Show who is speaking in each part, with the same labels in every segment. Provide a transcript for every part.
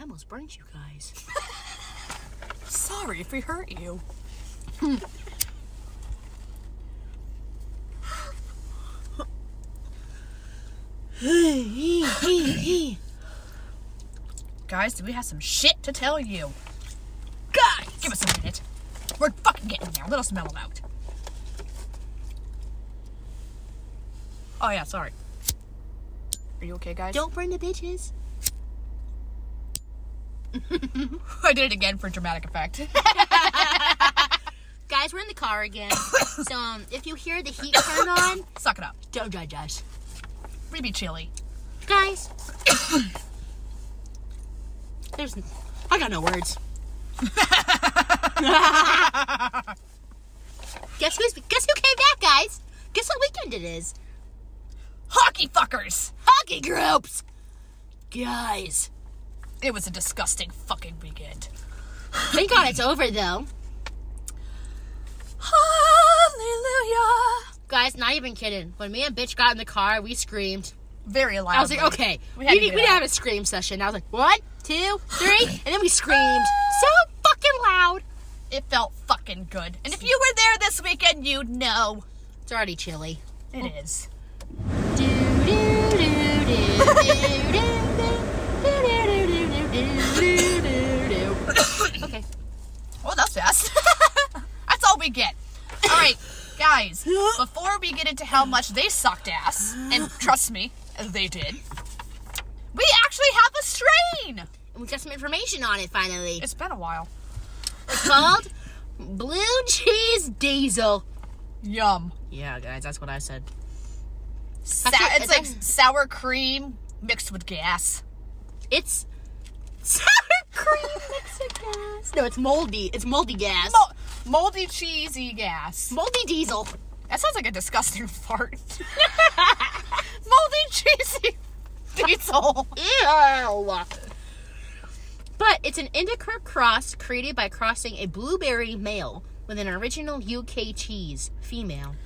Speaker 1: almost burnt you guys.
Speaker 2: Sorry if we hurt you. Guys, we have some shit to tell you. Guys! Give us a minute. We're fucking getting there. Let us mellow out. Oh, yeah, sorry. Are you okay, guys?
Speaker 1: Don't burn the bitches.
Speaker 2: I did it again for dramatic effect.
Speaker 1: Guys, we're in the car again. so um, if you hear the heat turn on,
Speaker 2: Suck it up.
Speaker 1: don't judge us.
Speaker 2: We be chilly.
Speaker 1: Guys, there's. n- I got no words. guess who's guess who came back, guys? Guess what weekend it is?
Speaker 2: Hockey fuckers!
Speaker 1: Hockey groups. Guys,
Speaker 2: It was a disgusting fucking weekend.
Speaker 1: thank God it's over though.
Speaker 2: Hallelujah!
Speaker 1: Guys, not even kidding. When me and bitch got in the car, we screamed.
Speaker 2: Very loud.
Speaker 1: I was like, okay,
Speaker 2: We
Speaker 1: we,
Speaker 2: had to
Speaker 1: need,
Speaker 2: do
Speaker 1: we need to
Speaker 2: that.
Speaker 1: have a scream session. I was like, one, two, three, and then we screamed so fucking loud.
Speaker 2: It felt fucking good. And if you were there this weekend, you'd know.
Speaker 1: It's already chilly.
Speaker 2: It is.
Speaker 1: Do, do, do, do, do, do, do, do, do, do, do, do. Okay.
Speaker 2: Well, that's fast. that's all we get. All right, guys, before we get into how much they sucked ass, and trust me, they did, we actually have a strain.
Speaker 1: And we got some information on it finally.
Speaker 2: It's been a while.
Speaker 1: It's called Blue Cheese Diesel.
Speaker 2: Yum.
Speaker 1: Yeah, guys, that's what I said.
Speaker 2: Sa-
Speaker 1: Actually,
Speaker 2: it's
Speaker 1: it
Speaker 2: like
Speaker 1: doesn't-
Speaker 2: sour cream mixed with gas.
Speaker 1: It's sour cream mixed with gas. No, it's moldy. It's moldy gas.
Speaker 2: Mo- moldy cheesy gas.
Speaker 1: moldy diesel.
Speaker 2: That sounds like a disgusting fart. moldy cheesy diesel.
Speaker 1: Ew. But it's an indica cross created by crossing a blueberry male with an original UK cheese female.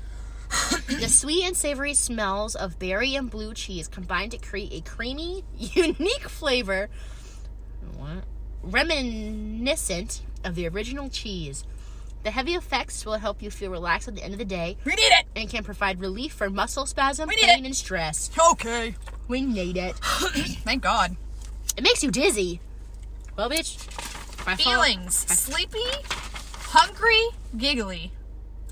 Speaker 1: the sweet and savory smells of berry and blue cheese combine to create a creamy, unique flavor what? reminiscent of the original cheese. The heavy effects will help you feel relaxed at the end of the day
Speaker 2: We need it.
Speaker 1: and can provide relief for muscle spasm,
Speaker 2: We need
Speaker 1: pain,
Speaker 2: it.
Speaker 1: and stress.
Speaker 2: Okay.
Speaker 1: We need it.
Speaker 2: Thank God.
Speaker 1: It makes you dizzy. Well, bitch. if I fall-
Speaker 2: Feelings: sleepy, hungry, giggly.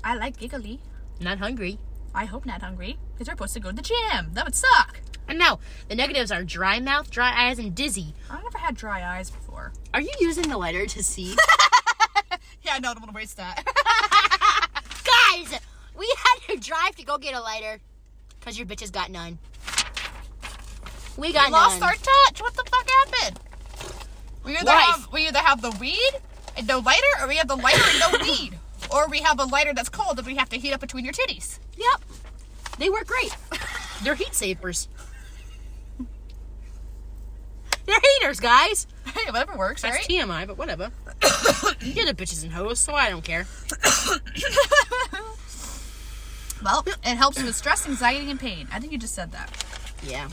Speaker 2: I like giggly.
Speaker 1: Not hungry.
Speaker 2: I hope not hungry, because we're supposed to go to the gym. That would suck.
Speaker 1: And no, the negatives are dry mouth, dry eyes, and dizzy.
Speaker 2: I've never had dry eyes before.
Speaker 1: Are you using the letter to see?
Speaker 2: Yeah, I know. I don't want to waste that.
Speaker 1: Guys, we had to drive to go get a lighter. Because your bitches got none. We got
Speaker 2: lost
Speaker 1: none.
Speaker 2: our touch. What the fuck happened? We either
Speaker 1: Life.
Speaker 2: have we either have the weed and no lighter, or we have the lighter and no weed, or we have a lighter that's cold that we have to heat up between your titties.
Speaker 1: yep. They work great. They're heat savers. They're heaters, guys.
Speaker 2: Hey, whatever works,
Speaker 1: That's
Speaker 2: right?
Speaker 1: TMI, but whatever. You're the bitches and hoes, so I don't care.
Speaker 2: Well, it helps with stress, anxiety, and pain. I think you just said that.
Speaker 1: Yeah.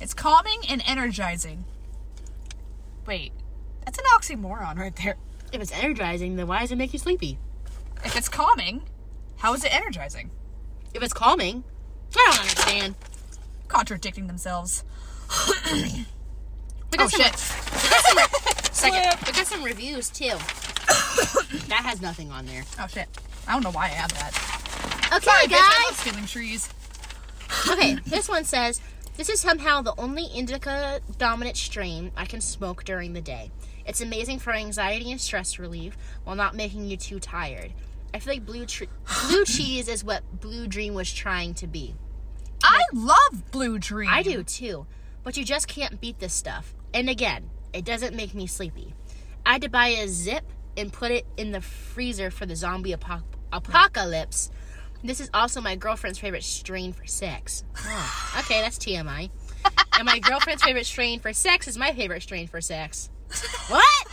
Speaker 2: It's calming and energizing. Wait, that's an oxymoron right there.
Speaker 1: If it's energizing, then why does it make you sleepy?
Speaker 2: If it's calming, how is it energizing?
Speaker 1: If it's calming, I don't understand.
Speaker 2: Contradicting themselves.
Speaker 1: We
Speaker 2: Oh
Speaker 1: got some,
Speaker 2: shit!
Speaker 1: Second, we got some reviews too. that has nothing on there.
Speaker 2: Oh shit! I don't know why I have that.
Speaker 1: Okay,
Speaker 2: Sorry, bitch, I love
Speaker 1: guys.
Speaker 2: stealing trees.
Speaker 1: okay, this one says this is somehow the only indica dominant strain I can smoke during the day. It's amazing for anxiety and stress relief while not making you too tired. I feel like blue tre- blue cheese is what Blue Dream was trying to be.
Speaker 2: I love Blue Dream.
Speaker 1: I do too, but you just can't beat this stuff. And again, it doesn't make me sleepy. I had to buy a zip and put it in the freezer for the zombie apo- apocalypse. This is also my girlfriend's favorite strain for sex. Oh, okay, that's TMI. And my girlfriend's favorite strain for sex is my favorite strain for sex. What?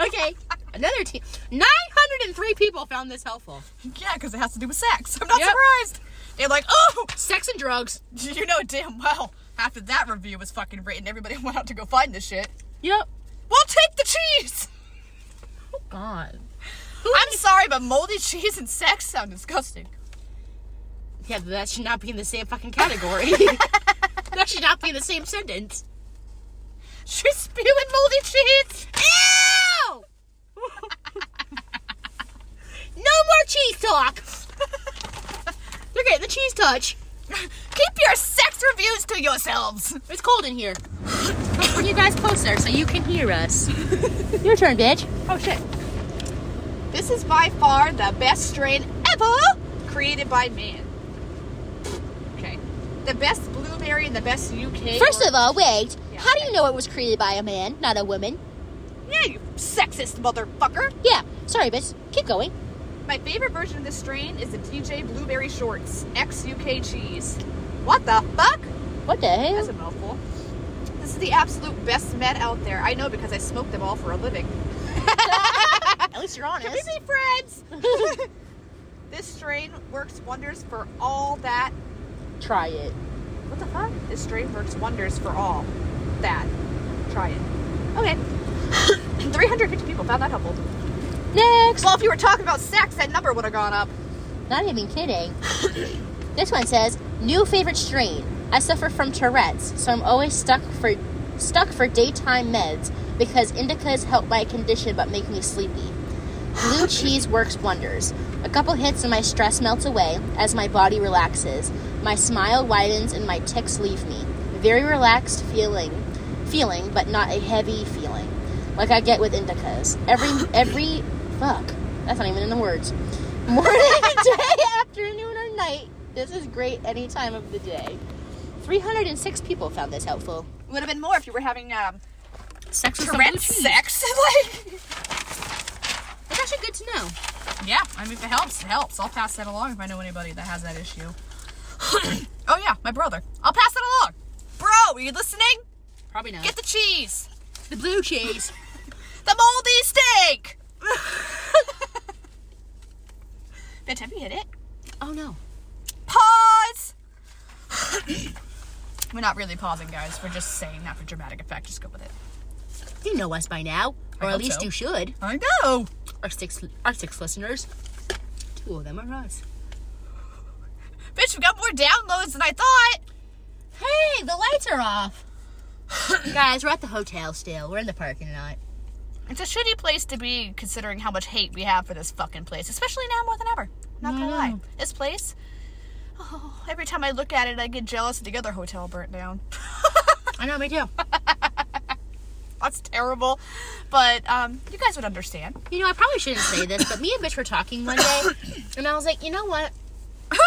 Speaker 1: Okay, another team. 903 people found this helpful.
Speaker 2: Yeah, because it has to do with sex. I'm not
Speaker 1: Yep.
Speaker 2: surprised. They're like, oh,
Speaker 1: Sex and drugs.
Speaker 2: you know damn well. After that review was fucking written, everybody went out to go find this shit.
Speaker 1: Yep.
Speaker 2: We'll take the cheese.
Speaker 1: God.
Speaker 2: I'm sorry, but moldy cheese and sex sound disgusting.
Speaker 1: Yeah, but that should not be in the same fucking category. that should not be in the same sentence.
Speaker 2: She's spewing moldy cheese.
Speaker 1: Ew! no more cheese talk. They're getting the cheese touch.
Speaker 2: Keep your sex reviews to yourselves.
Speaker 1: It's cold in here. Bring you guys closer so you can hear us. Your turn, bitch.
Speaker 2: Oh shit. This is by far the best strain ever created by man. Okay. The best blueberry and the best UK.
Speaker 1: First of all, wait.
Speaker 2: Yeah,
Speaker 1: How do
Speaker 2: okay.
Speaker 1: you know it was created by a man, not a woman?
Speaker 2: Yeah, you sexist motherfucker.
Speaker 1: Yeah. Sorry, bitch. Keep going.
Speaker 2: My favorite version of this strain is the DJ Blueberry Shorts X UK Cheese. What the fuck?
Speaker 1: What the
Speaker 2: That's
Speaker 1: hell?
Speaker 2: a mouthful. This is the absolute best med out there. I know because I smoke them all for a living.
Speaker 1: At least you're honest.
Speaker 2: Can we be friends? this strain works wonders for all that.
Speaker 1: Try it.
Speaker 2: What the fuck? This strain works wonders for all that. Try it. Okay. 350 people found that helpful.
Speaker 1: Next.
Speaker 2: Well, if you were talking about sex, that number would have gone up.
Speaker 1: Not even kidding. this one says, "New favorite strain. I suffer from Tourette's, so I'm always stuck for stuck for daytime meds because indicas help my condition but make me sleepy. Blue cheese works wonders. A couple hits and my stress melts away as my body relaxes. My smile widens and my tics leave me. Very relaxed feeling, feeling but not a heavy feeling, like I get with indicas. Every every fuck. That's not even in the words. Morning, day, afternoon, or night. This is great any time of the day. 306 people found this helpful.
Speaker 2: It would have been more if you were having um,
Speaker 1: Sex
Speaker 2: Tourette's sex. like,
Speaker 1: That's actually good to know.
Speaker 2: yeah, I mean, if it helps, it helps. I'll pass that along if I know anybody that has that issue. oh, yeah, my brother. I'll pass that along. Bro, are you listening?
Speaker 1: Probably not.
Speaker 2: Get the cheese.
Speaker 1: the blue cheese.
Speaker 2: The moldy steak. Bitch, have you hit it?
Speaker 1: Oh no.
Speaker 2: Pause. we're not really pausing, guys. We're just saying that for dramatic effect. Just go with it.
Speaker 1: You know us by now, or
Speaker 2: I
Speaker 1: at
Speaker 2: hope
Speaker 1: least
Speaker 2: so.
Speaker 1: you should.
Speaker 2: I know.
Speaker 1: Our six, our six listeners. Two of them are us.
Speaker 2: Bitch, we got more downloads than I thought.
Speaker 1: Hey, the lights are off. Guys, we're at the hotel still. We're in the parking lot.
Speaker 2: It's a shitty place to be considering how much hate we have for this fucking place, especially now more than ever. Not gonna lie. This place, oh, every time I look at it, I get jealous that the other hotel burnt down.
Speaker 1: I know, me too.
Speaker 2: That's terrible. But um, you guys would understand.
Speaker 1: You know, I probably shouldn't say this, but me and Mitch were talking one day, and I was like, you know what?
Speaker 2: I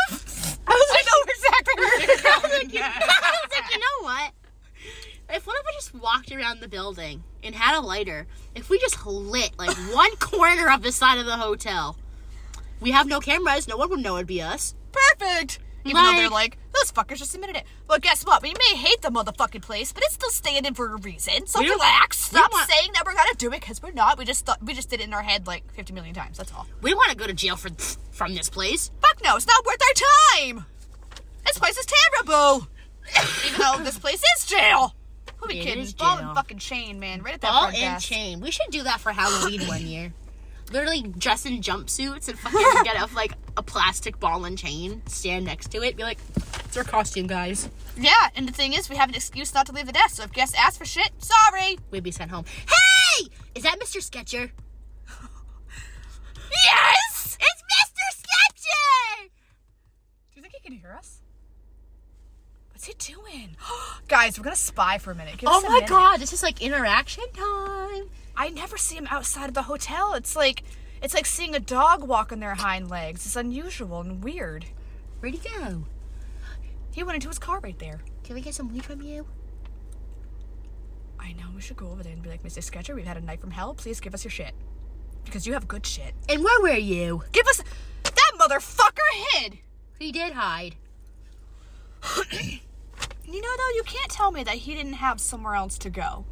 Speaker 2: know exactly where you're going.
Speaker 1: I was like, you know what? If one of us just walked around the building and had a lighter, if we just lit like one corner of the side of the hotel, we have no cameras, no one would know it'd be us.
Speaker 2: Perfect. Even though they're
Speaker 1: Like-
Speaker 2: like, those fuckers just admitted it. Well, guess what? We may hate the motherfucking place, but it's still staying in for a reason. So
Speaker 1: We don't-
Speaker 2: relax.
Speaker 1: we
Speaker 2: Stop
Speaker 1: want-
Speaker 2: saying that we're gonna do it because we're not. We just thought we just did it in our head like 50 million times. That's all.
Speaker 1: We want to go to jail for from this place.
Speaker 2: Fuck no, it's not worth our time. This place is terrible. Even though this place is jail. Who we
Speaker 1: It
Speaker 2: kidding?
Speaker 1: is
Speaker 2: Ball
Speaker 1: jail.
Speaker 2: and fucking chain, man. Right at that
Speaker 1: Ball
Speaker 2: front
Speaker 1: and
Speaker 2: desk.
Speaker 1: chain. We should do that for Halloween one year. Literally dress in jumpsuits and fucking get up like a plastic ball and chain, stand next to it, be like, it's our costume, guys.
Speaker 2: Yeah, and the thing is, we have an excuse not to leave the desk. So if guests ask for shit, sorry.
Speaker 1: We'd be sent home. Hey! Is that Mr. Sketcher?
Speaker 2: Yes.
Speaker 1: It's Mr. Sketcher!
Speaker 2: Do you think he can hear us? What's he doing? Guys, we're gonna spy for a minute. Give
Speaker 1: Oh
Speaker 2: us a
Speaker 1: my
Speaker 2: minute.
Speaker 1: god, this is like interaction time.
Speaker 2: I never see him outside of the hotel. It's like it's like seeing a dog walk on their hind legs. It's unusual and weird.
Speaker 1: Where'd he go?
Speaker 2: He went into his car right there.
Speaker 1: Can we get some weed from you?
Speaker 2: I know, we should go over there and be like, Mr. Sketcher, we've had a night from hell. Please give us your shit. Because you have good shit.
Speaker 1: And where were you?
Speaker 2: Give us that motherfucker hid!
Speaker 1: He did hide.
Speaker 2: You know though, you can't tell me that he didn't have somewhere else to go.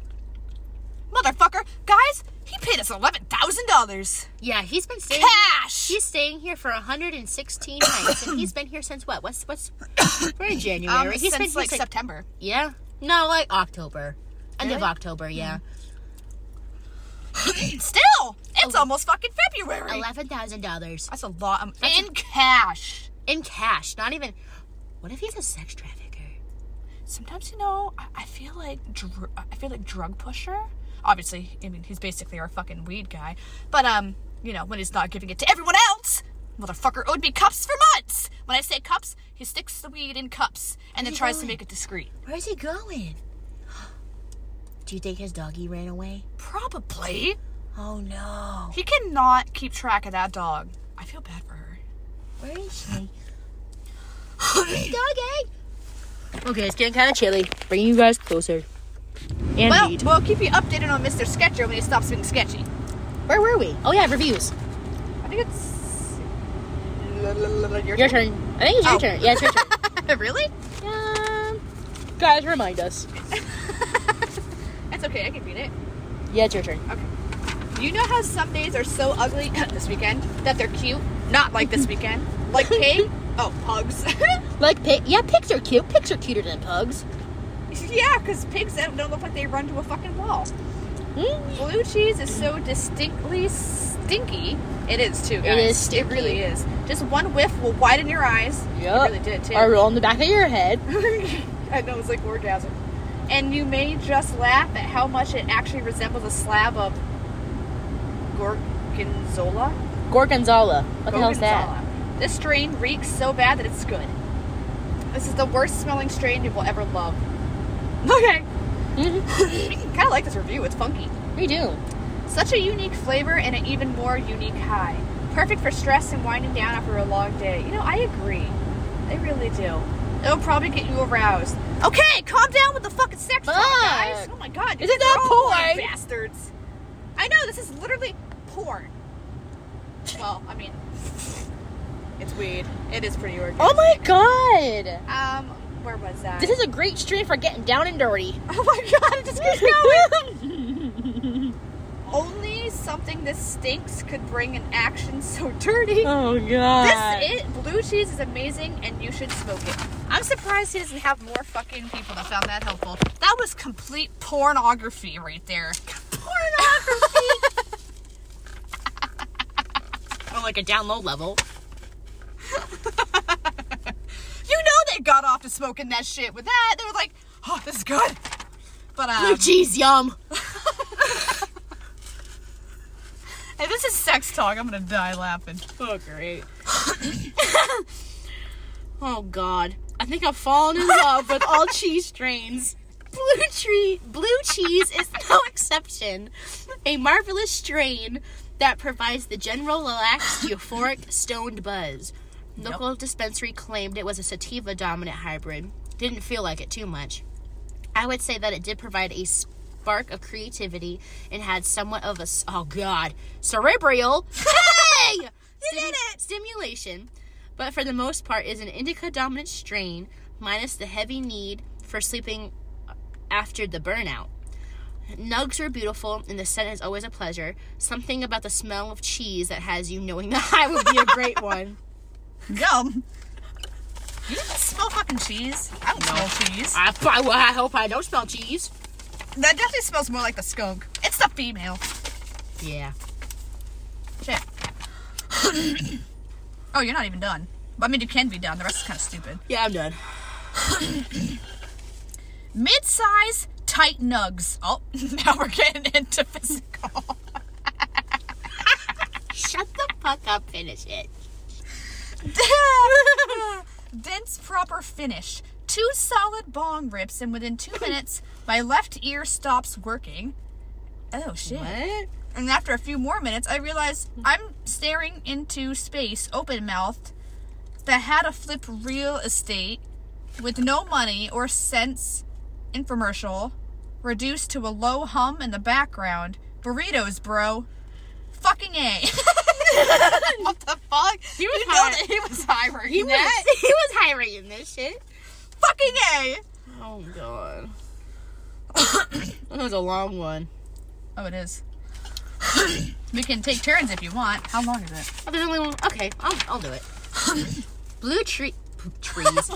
Speaker 2: Motherfucker, guys, he paid us eleven thousand dollars.
Speaker 1: Yeah, he's been staying.
Speaker 2: Cash!
Speaker 1: He's staying here for 116 nights, and he's been here since what? What's what's? We're in January.
Speaker 2: um,
Speaker 1: He's
Speaker 2: since
Speaker 1: been here
Speaker 2: like
Speaker 1: since-
Speaker 2: September.
Speaker 1: yeah, no, like October, end of
Speaker 2: Really?
Speaker 1: Mm-hmm. October. Yeah,
Speaker 2: Still, it's almost fucking February.
Speaker 1: Eleven thousand dollars
Speaker 2: That's a lot. Um,
Speaker 1: That's
Speaker 2: in cash.
Speaker 1: in cash. Not even. What if he's a sex trafficker?
Speaker 2: Sometimes you know, I, I feel like dr- I feel like drug pusher. Obviously, I mean he's basically our fucking weed guy. But um, you know, when he's not giving it to everyone else, motherfucker owed me cups for months. When I say cups, he sticks the weed in cups and then
Speaker 1: he
Speaker 2: tries to
Speaker 1: going?
Speaker 2: make it discreet.
Speaker 1: Where's he going? Do you think his doggy ran away?
Speaker 2: Probably.
Speaker 1: Oh no.
Speaker 2: He cannot keep track of that dog. I feel bad for her.
Speaker 1: Where is she? Hey, doggy. Okay, it's getting kind of chilly. Bringing you guys closer. And
Speaker 2: Well,
Speaker 1: weed.
Speaker 2: we'll keep you updated on Mr. Sketcher when he stops being sketchy.
Speaker 1: where were we? Oh yeah, reviews.
Speaker 2: I think it's your,
Speaker 1: Your turn. I think it's your
Speaker 2: Oh.
Speaker 1: turn. Yeah, it's your turn.
Speaker 2: really?
Speaker 1: Um, guys, remind us.
Speaker 2: It's okay. I can read it.
Speaker 1: Yeah, it's your turn.
Speaker 2: You know how some days are so ugly this weekend that they're cute? Not like this weekend. Like pig? oh, pugs.
Speaker 1: Like, pig. yeah, pigs are cute. Pigs are cuter than pugs.
Speaker 2: yeah, because pigs don't don't look like they run to a fucking wall.
Speaker 1: Hmm?
Speaker 2: Blue cheese is so distinctly stinky. It is too, guys.
Speaker 1: is stinky.
Speaker 2: It really is. Just one whiff will widen your eyes.
Speaker 1: Yup.
Speaker 2: It really did too.
Speaker 1: Or roll on the back of your head.
Speaker 2: I know it's like orgasm. And you may just laugh at how much it actually resembles a slab of gorgonzola.
Speaker 1: Gorgonzola. What the hell's that?
Speaker 2: Gorgonzola. This strain reeks so bad that it's good. This is the worst smelling strain you will ever love. Okay.
Speaker 1: Mm-hmm.
Speaker 2: kind of like this review. It's funky.
Speaker 1: We do.
Speaker 2: Such a unique flavor and an even more unique high. Perfect for stress and winding down after a long day. You know, I agree. I really do. It'll probably get you aroused. Okay, calm down with the fucking sex talk, guys.
Speaker 1: Fuck.
Speaker 2: Oh my god,
Speaker 1: Isn't that
Speaker 2: porn,
Speaker 1: porn?
Speaker 2: bastards? I know this is literally porn. Well, I mean, it's weed. It is pretty orgy.
Speaker 1: Oh my god!
Speaker 2: Um, where was that?
Speaker 1: This is a great stream for getting down and dirty.
Speaker 2: oh my god, it just keeps going. Only something that stinks could bring an action so dirty.
Speaker 1: oh god.
Speaker 2: This it blue cheese is amazing and you should smoke it. I'm surprised he doesn't have more fucking people that found that helpful. That was complete pornography right there. Pornography.
Speaker 1: on like a down low level.
Speaker 2: you know they got off to smoking that shit with that. They were like, "Oh, this is good." But
Speaker 1: Blue
Speaker 2: um,
Speaker 1: cheese, Oh, yum.
Speaker 2: hey, this is sex talk. I'm gonna die laughing.
Speaker 1: Oh great. oh god. I think I've fallen in love with all cheese strains. Blue tree blue cheese is no exception. A marvelous strain that provides the general relaxed, euphoric, stoned buzz. Local dispensary claimed it was a sativa dominant hybrid. Didn't feel like it too much. I would say that it did provide a spark of creativity and had somewhat of a s- oh god cerebral hey you did it stimulation, but for the most part is an indica dominant strain minus the heavy need for sleeping after the burnout. Nugs were beautiful, and the scent is always a pleasure. Something about the smell of cheese that has you knowing that I would be a great one.
Speaker 2: Yum. You didn't smell fucking cheese. I don't smell cheese.
Speaker 1: I, I, I hope I don't smell cheese.
Speaker 2: That definitely smells more like the skunk. It's the female.
Speaker 1: Yeah.
Speaker 2: Shit. oh, you're not even done. I mean, you can be done. The rest is kind of stupid.
Speaker 1: Yeah, I'm done.
Speaker 2: Mid-size tight nugs. Oh, now we're getting into physical.
Speaker 1: Shut the fuck up, finish it.
Speaker 2: Dense, proper finish. Two solid bong rips, and within two minutes, my left ear stops working. Oh shit.
Speaker 1: What?
Speaker 2: And after a few more minutes, I realized I'm staring into space, open mouthed, that had a flip real estate with no money or sense infomercial, reduced to a low hum in the background. Burritos, bro. Fucking A. what the fuck?
Speaker 1: He was
Speaker 2: you know
Speaker 1: high.
Speaker 2: that he was high
Speaker 1: He
Speaker 2: he
Speaker 1: was, he was high rating this shit.
Speaker 2: Fucking A.
Speaker 1: Oh god. that was a long one.
Speaker 2: Oh, it is. we can take turns if you want. How long is it?
Speaker 1: Oh, there's only one. Okay, I'll, I'll do it. Blue tree. Trees.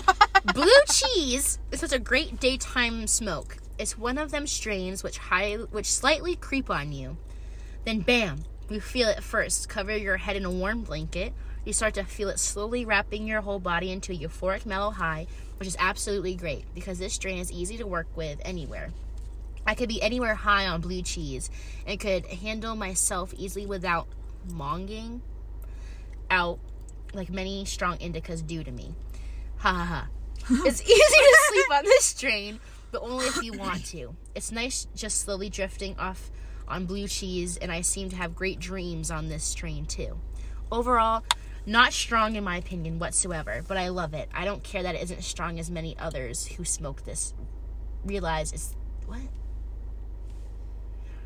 Speaker 1: Blue cheese is such a great daytime smoke. It's one of them strains which high, which slightly creep on you. Then, bam, you feel it first. Cover your head in a warm blanket. You start to feel it slowly wrapping your whole body into a euphoric mellow high, which is absolutely great because this strain is easy to work with anywhere. I could be anywhere high on blue cheese and could handle myself easily without monging out like many strong indicas do to me. Ha ha ha. It's easy to sleep on this train, but only if you want to. It's nice just slowly drifting off on blue cheese, and I seem to have great dreams on this train too. Overall, not strong in my opinion whatsoever, but I love it. I don't care that it isn't strong as many others who smoke this realize it's what?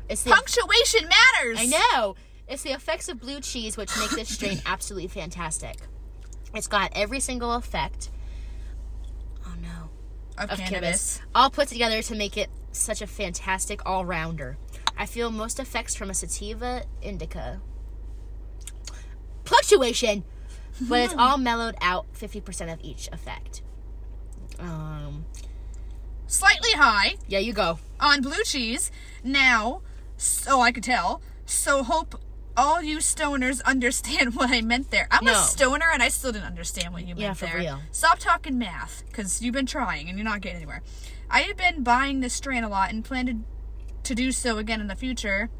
Speaker 1: It's the
Speaker 2: Punctuation matters.
Speaker 1: I know. It's the effects of blue cheese which make this strain absolutely fantastic. It's got every single effect. Oh no.
Speaker 2: Of,
Speaker 1: Of
Speaker 2: cannabis.
Speaker 1: cannabis. All put together to make it such a fantastic all rounder. I feel most effects from a sativa indica. Fluctuation! But it's all mellowed out 50% of each effect. Um,
Speaker 2: Slightly high
Speaker 1: yeah, you go.
Speaker 2: on blue cheese. Now, so I could tell. So hope all you stoners understand what I meant there. I'm a
Speaker 1: No.
Speaker 2: stoner and I still didn't understand what you meant
Speaker 1: Yeah, for
Speaker 2: there.
Speaker 1: real.
Speaker 2: Stop talking math, because you've been trying and you're not getting anywhere. I have been buying this strain a lot and plan to, to do so again in the future.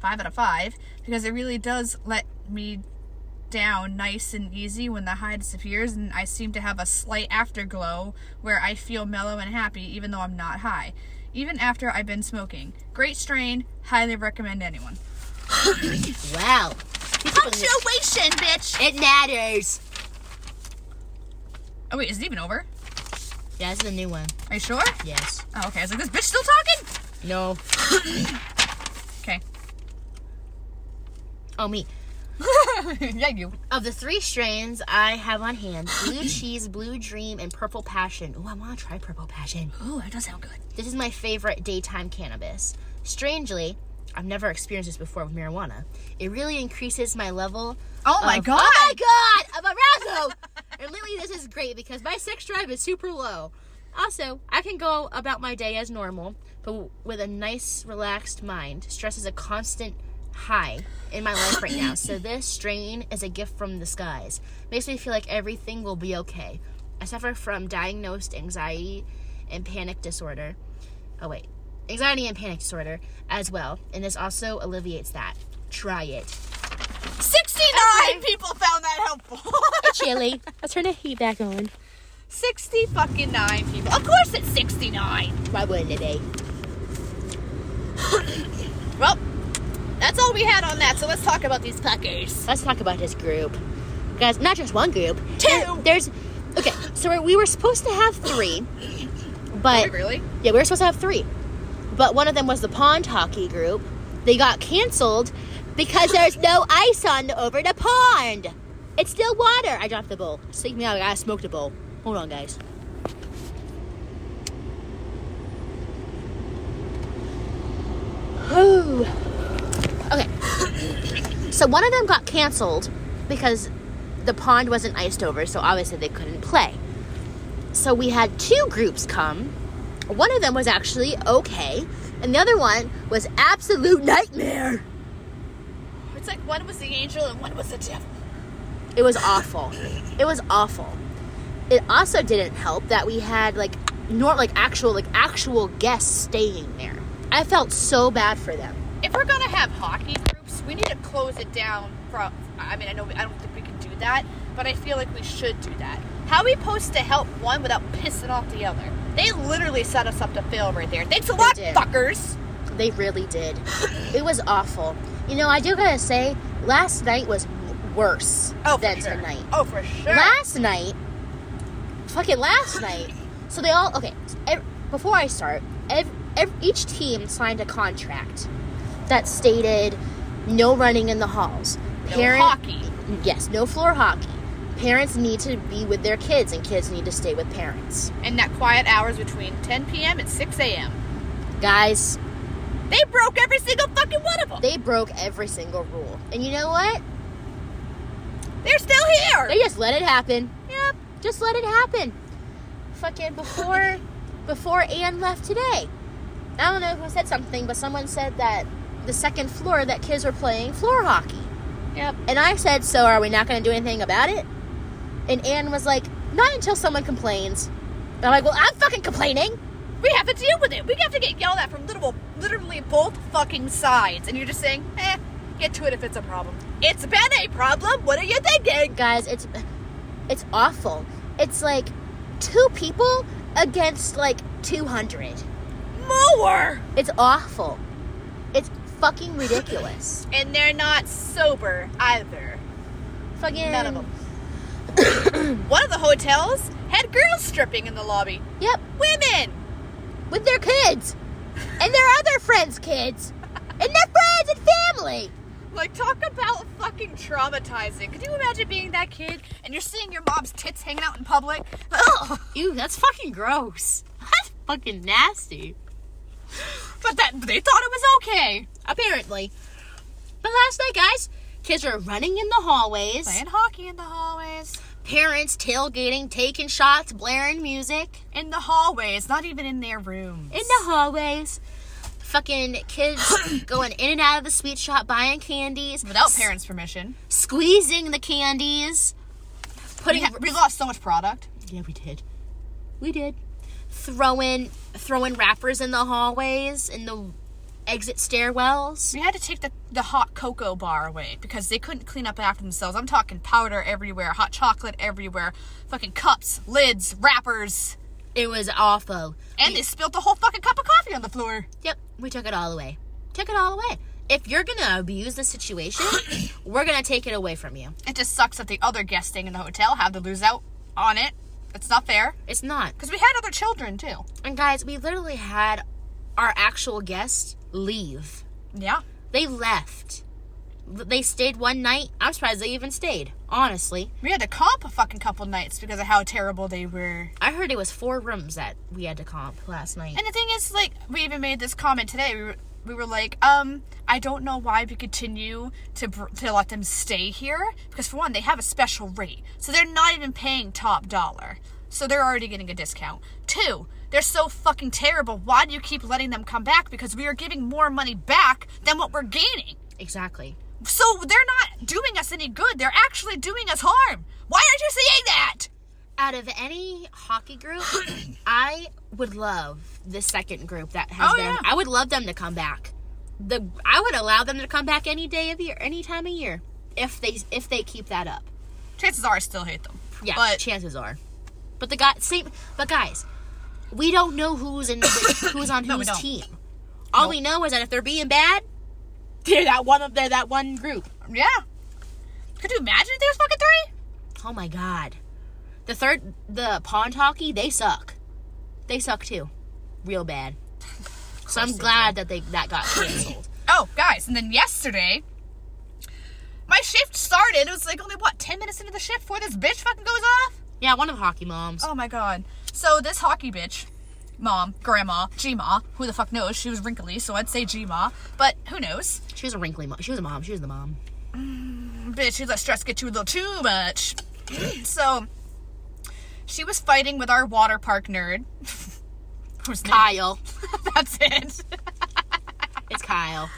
Speaker 2: Five out of five, because it really does let me down nice and easy when the high disappears, and I seem to have a slight afterglow where I feel mellow and happy even though I'm not high, even after I've been smoking. Great strain, highly recommend anyone.
Speaker 1: Wow.
Speaker 2: Punctuation, bitch!
Speaker 1: It matters.
Speaker 2: Oh, wait, is it even over?
Speaker 1: Yeah, this is a new one.
Speaker 2: Are you sure?
Speaker 1: Yes.
Speaker 2: Oh, okay, I was like, this bitch still talking?
Speaker 1: No.
Speaker 2: Okay.
Speaker 1: Oh, me.
Speaker 2: yeah, you.
Speaker 1: Of the three strains I have on hand, Blue Cheese, Blue Dream, and Purple Passion. Ooh, I want to try Purple Passion.
Speaker 2: Ooh, that does sound good.
Speaker 1: This is my favorite daytime cannabis. Strangely, I've never experienced this before with marijuana. It really increases my level.
Speaker 2: Oh my
Speaker 1: of-
Speaker 2: God.
Speaker 1: Oh my god! Of arousal. and lately, this is great because my sex drive is super low. Also, I can go about my day as normal, but w- with a nice, relaxed mind. Stress is a constant high in my life right now, so this strain is a gift from the skies. Makes me feel like everything will be okay. I suffer from diagnosed anxiety and panic disorder. Oh wait, anxiety and panic disorder as well, and this also alleviates that. Try it.
Speaker 2: 69 people found that helpful.
Speaker 1: Chili. Let's turn the heat back on.
Speaker 2: 60 fucking 9 people. Of course it's 69.
Speaker 1: Why wouldn't it be?
Speaker 2: Well, that's all we had on that, so let's talk about these puckers.
Speaker 1: Let's talk about this group, guys. Not just one group.
Speaker 2: Two.
Speaker 1: There- There's. Okay, so we- we were supposed to have three, but
Speaker 2: Really?
Speaker 1: yeah, we were supposed to have three, but one of them was the pond hockey group. They got canceled because there's no ice on over the pond. It's still water. I dropped the bowl. Seek me out. I smoked a bowl. Hold on, guys. Whew. Okay. So one of them got canceled because the pond wasn't iced over, so obviously they couldn't play. So we had two groups come. One of them was actually okay, and the other one was absolute nightmare.
Speaker 2: It's like one was the angel and one was the devil.
Speaker 1: It was awful. It was awful. It also didn't help that we had like nor like actual like actual guests staying there. I felt so bad for them.
Speaker 2: If we're gonna have hockey groups, we need to close it down from. I mean, I know I don't think we can do that, but I feel like we should do that. How are we supposed to help one without pissing off the other? They literally set us up to fail right there. Thanks a lot,
Speaker 1: did.
Speaker 2: fuckers.
Speaker 1: They really did. It was awful. You know, I do gotta say, last night was worse
Speaker 2: Oh, for
Speaker 1: than
Speaker 2: sure.
Speaker 1: tonight.
Speaker 2: Oh, for sure.
Speaker 1: Last night, fucking last night. So they all okay. so ev- before I start, ev- ev- each team signed a contract that stated no running in the halls.
Speaker 2: No
Speaker 1: Parent-
Speaker 2: hockey.
Speaker 1: yes, no floor hockey. Parents need to be with their kids, and kids need to stay with parents.
Speaker 2: And that quiet hours between 10 p.m. and 6 a.m.
Speaker 1: Guys,
Speaker 2: They broke every single fucking one of them.
Speaker 1: they broke every single rule, and you know what?
Speaker 2: They're still here.
Speaker 1: They just let it happen.
Speaker 2: Yep.
Speaker 1: Just let it happen. Fucking before before Anne left today. I don't know who said something, but someone said that the second floor that kids were playing floor hockey.
Speaker 2: Yep.
Speaker 1: And I said, So are we not going to do anything about it? And Anne was like, Not until someone complains. And I'm like, Well, I'm fucking complaining.
Speaker 2: We have to deal with it. We have to get yelled at from literal, literally both fucking sides. And you're just saying, eh, get to it if it's a problem. It's been a problem. What are you thinking?
Speaker 1: Guys, it's it's awful. It's like two people against like 200.
Speaker 2: More.
Speaker 1: It's awful. It's fucking ridiculous.
Speaker 2: And they're not sober either.
Speaker 1: fucking
Speaker 2: None of them. One of the hotels had girls stripping in the lobby.
Speaker 1: Yep,
Speaker 2: Women.
Speaker 1: with their kids and their other friends' kids and their friends and family.
Speaker 2: Like, talk about fucking traumatizing. Could you imagine being that kid and you're seeing your mom's tits hanging out in public? Ugh.
Speaker 1: Ew, that's fucking gross. That's fucking nasty.
Speaker 2: But that they thought it was okay.
Speaker 1: Apparently. But last night, guys, kids were running in the hallways,
Speaker 2: Playing hockey in the hallways.
Speaker 1: parents tailgating, taking shots, blaring music
Speaker 2: In the hallways, not even in their rooms.
Speaker 1: in the hallways. Fucking kids going in and out of the sweet shop buying candies.
Speaker 2: Without
Speaker 1: s-
Speaker 2: parents' permission.
Speaker 1: Squeezing the candies.
Speaker 2: We,
Speaker 1: Putting
Speaker 2: ha- we lost so much product.
Speaker 1: Yeah, we did. We did. Throwing throwing wrappers in the hallways in the exit stairwells.
Speaker 2: We had to take the, the hot cocoa bar away because they couldn't clean up after themselves. I'm talking powder everywhere, hot chocolate everywhere, fucking cups, lids, wrappers.
Speaker 1: It was awful.
Speaker 2: And they spilled the whole fucking cup of coffee on the floor.
Speaker 1: Yep, we took it all away. Took it all away. If you're gonna abuse the situation, we're gonna take it away from you.
Speaker 2: It just sucks that the other guests staying in the hotel have to lose out on it. It's not fair.
Speaker 1: It's not.
Speaker 2: Because we had other children too.
Speaker 1: And guys, we literally had our actual guests leave.
Speaker 2: Yeah.
Speaker 1: They left. They stayed one night. I'm surprised they even stayed, honestly.
Speaker 2: We had to comp a fucking couple nights because of how terrible they were.
Speaker 1: I heard it was four rooms that we had to comp last night.
Speaker 2: And the thing is, like, we even made this comment today. We were, we were like, um, I don't know why we continue to br- to let them stay here because for one, they have a special rate, so they're not even paying top dollar, so they're already getting a discount. Two, they're so fucking terrible. Why do you keep letting them come back? Because we are giving more money back than what we're gaining.
Speaker 1: exactly.
Speaker 2: So they're not doing us any good. They're actually doing us harm. Why aren't you seeing that?
Speaker 1: Out of any hockey group, I would love the second group that has
Speaker 2: Oh,
Speaker 1: them.
Speaker 2: yeah.
Speaker 1: I would love them to come back. The I would allow them to come back any day of year, any time of year, if they if they keep that up.
Speaker 2: Chances are, I still hate them.
Speaker 1: Yeah,
Speaker 2: But-
Speaker 1: chances are. But the guy same. But guys, we don't know who's in the, who's on
Speaker 2: No, we
Speaker 1: whose
Speaker 2: don't.
Speaker 1: team. All we know is that if they're being bad, they're that one of they're that one group.
Speaker 2: Yeah. Could you imagine if there was fucking three?
Speaker 1: Oh my god. The third the pond hockey, they suck. They suck too. Real bad. So I'm glad that they that got canceled.
Speaker 2: Oh, guys, and then yesterday, my shift started. It was like only what ten minutes into the shift before this bitch fucking goes off.
Speaker 1: yeah, one of the hockey moms.
Speaker 2: Oh my god! So this hockey bitch, mom, grandma, G-ma, who the fuck knows? She was wrinkly, so I'd say G-ma, but who knows?
Speaker 1: She was a wrinkly mom. She was a mom. She was the mom.
Speaker 2: bitch, she let stress get to a little too much. so she was fighting with our water park nerd. Who's
Speaker 1: Kyle.
Speaker 2: That's it.
Speaker 1: It's Kyle.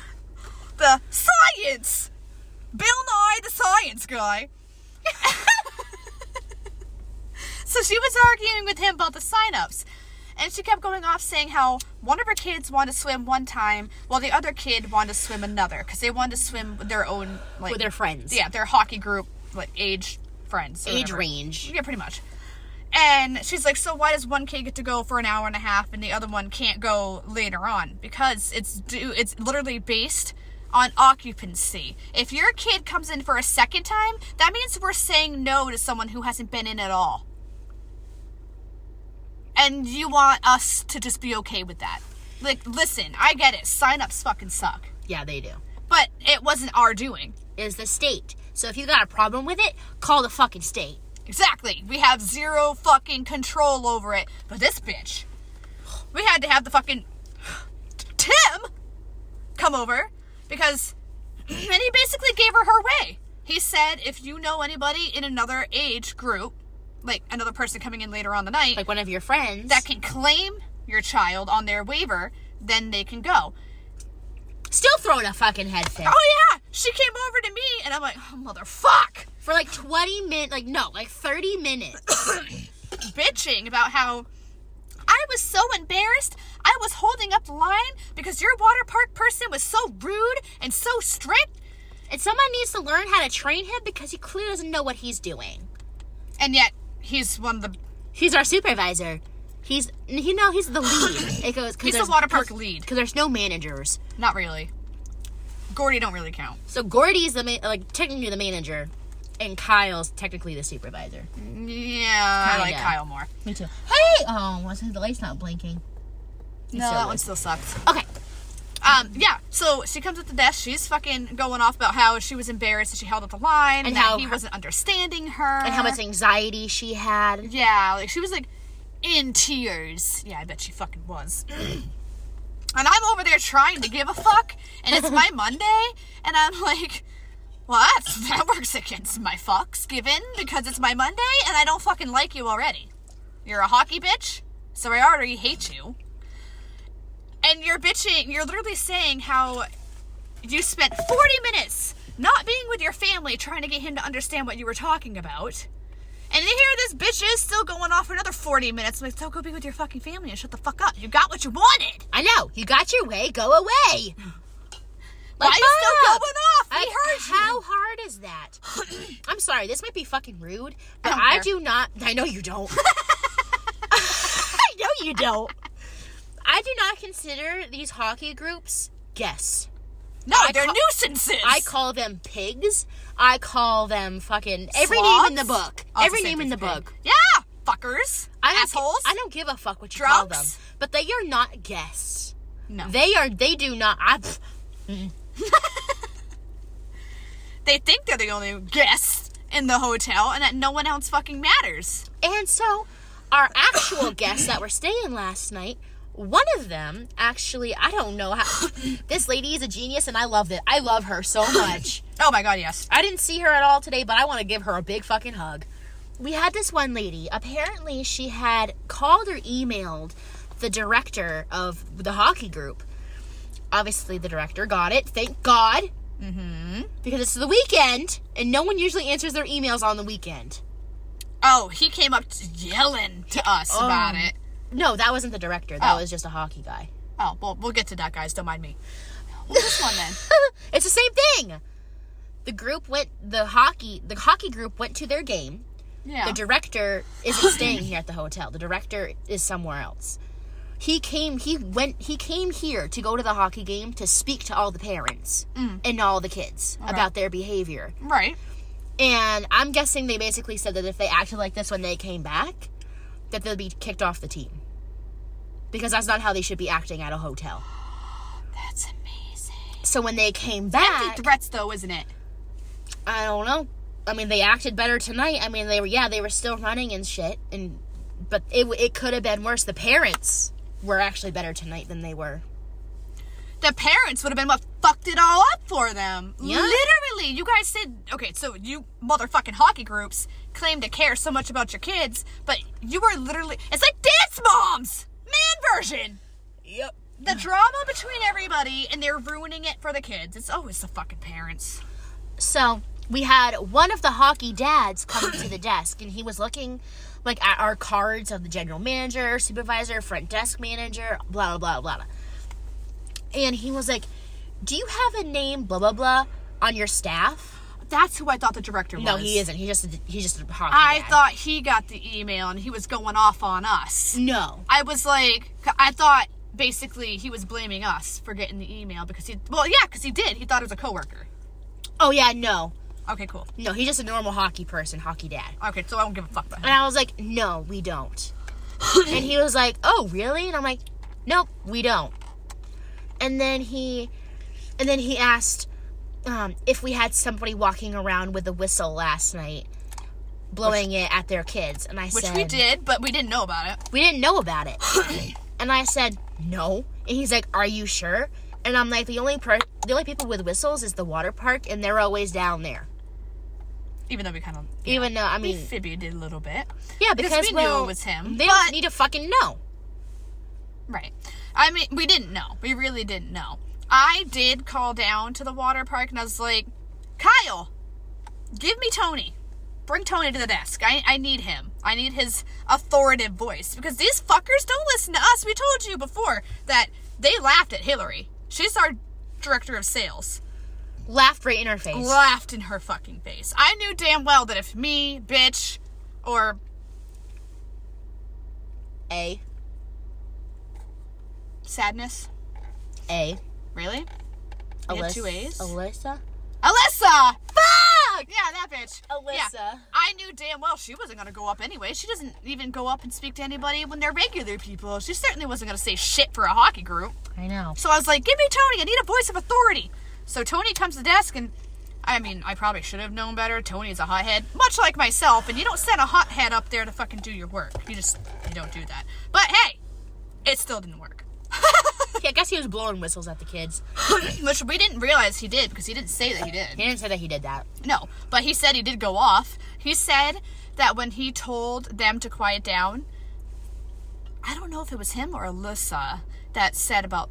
Speaker 2: The science! Bill Nye, the science guy. so she was arguing with him about the signups. And she kept going off saying how one of her kids wanted to swim one time while the other kid wanted to swim another because they wanted to swim with their own, like,
Speaker 1: With their friends.
Speaker 2: yeah, their hockey group, like age friends. or
Speaker 1: Age
Speaker 2: whatever.
Speaker 1: range.
Speaker 2: Yeah, pretty much. And she's like, so why does one kid get to go for an hour and a half and the other one can't go later on? Because it's due, it's literally based on occupancy. If your kid comes in for a second time, that means we're saying no to someone who hasn't been in at all. And you want us to just be okay with that. Like, listen, I get it. Sign ups fucking suck.
Speaker 1: Yeah, they do.
Speaker 2: But it wasn't our doing.
Speaker 1: Is the state. So if you got a problem with it, call the fucking state.
Speaker 2: Exactly. We have zero fucking control over it. But this bitch, we had to have the fucking Tim come over because, and he basically gave her her way. He said, if you know anybody in another age group, like another person coming in later on the night,
Speaker 1: Like one of your friends.
Speaker 2: that can claim your child on their waiver, then they can go.
Speaker 1: Still throwing a fucking head fit.
Speaker 2: Oh yeah, she came over to me, and I'm like, oh, motherfuck,
Speaker 1: For like 20 minutes, like no, like 30 minutes.
Speaker 2: bitching about how I was so embarrassed. I was holding up the line because your water park person was so rude and so strict.
Speaker 1: and someone needs to learn how to train him because he clearly doesn't know what he's doing.
Speaker 2: And yet, he's one of the
Speaker 1: He's our supervisor. He's, you know, he's the lead. It goes,
Speaker 2: he's the water park lead.
Speaker 1: Because there's no managers.
Speaker 2: Not really. Gordy don't really count.
Speaker 1: So Gordy's the, ma- like, technically the manager, and Kyle's technically the supervisor.
Speaker 2: Yeah, I like
Speaker 1: Kinda.
Speaker 2: Kyle more.
Speaker 1: Me too. Hey! Oh, what's the light's not blinking?
Speaker 2: No,
Speaker 1: still
Speaker 2: that one
Speaker 1: is.
Speaker 2: still sucks.
Speaker 1: Okay.
Speaker 2: Um, yeah. So she comes at the desk. She's fucking going off about how she was embarrassed that she held up the line
Speaker 1: And
Speaker 2: that
Speaker 1: how
Speaker 2: he
Speaker 1: her-
Speaker 2: wasn't understanding her
Speaker 1: And how much anxiety she had.
Speaker 2: Yeah, like she was like in tears. Yeah, I bet she fucking was. and I'm over there trying to give a fuck, and it's my Monday, and I'm like, well, that's, that works against my fucks given because it's my Monday, and I don't fucking like you already. You're a hockey bitch, so I already hate you. And you're bitching, you're literally saying how you spent 40 minutes not being with your family trying to get him to understand what you were talking about. And here this bitch is still going off for another 40 minutes. I'm like, so go be with your fucking family and shut the fuck up. You got what you wanted.
Speaker 1: I know. You got your way. Go away. ah!
Speaker 2: Why are you still
Speaker 1: fuck up.
Speaker 2: going off? We
Speaker 1: Like,
Speaker 2: heard you.
Speaker 1: How hard is that? I'm sorry, this might be fucking rude, but
Speaker 2: don't
Speaker 1: I,
Speaker 2: care.
Speaker 1: do not. I know you don't. I know you don't. I do not consider these hockey groups guests.
Speaker 2: No,
Speaker 1: I
Speaker 2: they're
Speaker 1: ca-
Speaker 2: nuisances.
Speaker 1: I call them pigs. I call them fucking every name in the
Speaker 2: Sloths?
Speaker 1: book.
Speaker 2: Oh, it's
Speaker 1: every
Speaker 2: the same
Speaker 1: name in the
Speaker 2: thing as pig.
Speaker 1: book.
Speaker 2: Yeah, fuckers.
Speaker 1: I don't,
Speaker 2: Assholes.
Speaker 1: I don't give a fuck what you call them,
Speaker 2: Drunks?
Speaker 1: but they are not guests.
Speaker 2: No. They-,
Speaker 1: They are. They do not. I, pff,
Speaker 2: think they're the only guests in the hotel and that no one else fucking matters.
Speaker 1: And so, our actual guests that were staying last night, one of them actually, I don't know how. this lady is a genius, and I love it. I love her so much.
Speaker 2: Oh my god, yes.
Speaker 1: I didn't see her at all today, but I want to give her a big fucking hug. We had this one lady. Apparently, she had called or emailed the director of the hockey group. Obviously, the director got it. Thank God. Mm-hmm. Because it's the weekend, and no one usually answers their emails on the weekend.
Speaker 2: Oh, he came up t- yelling to us
Speaker 1: Oh.
Speaker 2: about it.
Speaker 1: No, that wasn't the director. That
Speaker 2: Oh.
Speaker 1: was just a hockey guy.
Speaker 2: Oh, well, we'll get to that, guys. Don't mind me. Well, this one then.
Speaker 1: it's the same thing. The group went the hockey the hockey group went to their game.
Speaker 2: Yeah.
Speaker 1: The director isn't staying here at the hotel. The director is somewhere else. He came he went he came here to go to the hockey game to speak to all the parents
Speaker 2: Mm.
Speaker 1: and all the kids about their behavior.
Speaker 2: right.
Speaker 1: And I'm guessing they basically said that if they acted like this when they came back, that they'll be kicked off the team. Because that's not how they should be acting at a hotel.
Speaker 2: That's amazing.
Speaker 1: So when they came back,
Speaker 2: Empty threats, though, isn't it?
Speaker 1: I don't know. I mean, they acted better tonight. I mean, they were yeah, they were still running and shit, and but it w- it could have been worse. The parents were actually better tonight than they were.
Speaker 2: The parents would have been what fucked it all up for them.
Speaker 1: Yeah.
Speaker 2: Literally, you guys said okay. So you motherfucking hockey groups claim to care so much about your kids, but you were literally—it's like dance moms, man version.
Speaker 1: Yep.
Speaker 2: The drama between everybody, and they're ruining it for the kids. It's always the fucking parents.
Speaker 1: So we had one of the hockey dads come to the desk, and he was looking like at our cards of the general manager, supervisor, front desk manager, blah blah blah blah. And he was like, "Do you have a name, blah blah blah, on your staff?"
Speaker 2: That's who I thought the director was.
Speaker 1: No, he isn't. He just he's just a hockey.
Speaker 2: I
Speaker 1: dad.
Speaker 2: thought he got the email and he was going off on us.
Speaker 1: no.
Speaker 2: I was like, I thought basically he was blaming us for getting the email because he, well, yeah, because he did. He thought it was a coworker.
Speaker 1: Oh yeah, no.
Speaker 2: Okay, cool.
Speaker 1: No, he's just a normal hockey person, hockey dad.
Speaker 2: Okay, so I don't give a fuck about him.
Speaker 1: And I was like, no, we don't. and he was like, oh, really? And I'm like, nope, we don't. And then he, and then he asked um, if we had somebody walking around with a whistle last night, blowing it at their kids. And I
Speaker 2: Which
Speaker 1: said,
Speaker 2: we did, but we didn't know about it.
Speaker 1: we didn't know about it. and I said, no. And he's like, are you sure? And I'm like, the only per- the only people with whistles is the water park, and they're always down there.
Speaker 2: Even though we kind of
Speaker 1: Even though I
Speaker 2: we
Speaker 1: mean,
Speaker 2: fibbied it a little bit.
Speaker 1: Yeah,
Speaker 2: Because
Speaker 1: because,
Speaker 2: we knew it
Speaker 1: well,
Speaker 2: was him,
Speaker 1: They
Speaker 2: but-
Speaker 1: don't need to fucking know.
Speaker 2: Right. I mean, we didn't know. We really didn't know. I did call down to the water park and I was like, Kyle, give me Tony. Bring Tony to the desk. I, I need him. I need his authoritative voice because these fuckers don't listen to us. We told you before that they laughed at Hillary. She's our director of sales.
Speaker 1: Laughed right in her face.
Speaker 2: Laughed in her fucking face. I knew damn well that if me, bitch, or
Speaker 1: A.
Speaker 2: sadness,
Speaker 1: A.
Speaker 2: really? You had two A's?
Speaker 1: Alyssa?
Speaker 2: Alyssa! Fuck! Yeah, that bitch.
Speaker 1: Alyssa.
Speaker 2: Yeah. I knew damn well she wasn't gonna go up anyway. She doesn't even go up and speak to anybody when they're regular people. She certainly wasn't gonna say shit for a hockey group.
Speaker 1: I know.
Speaker 2: So I was like, give me Tony, I need a voice of authority. So Tony comes to the desk and I mean, I probably should have known better. Tony is a hothead, much like myself, and you don't send a hothead up there to fucking do your work. You just you don't do that. But hey, it still didn't work.
Speaker 1: Yeah, I guess he was blowing whistles at the kids.
Speaker 2: Which we didn't realize he did because he didn't say that he did.
Speaker 1: He didn't say that he did that.
Speaker 2: No, but he said he did go off. He said that when he told them to quiet down, I don't know if it was him or Alyssa that said about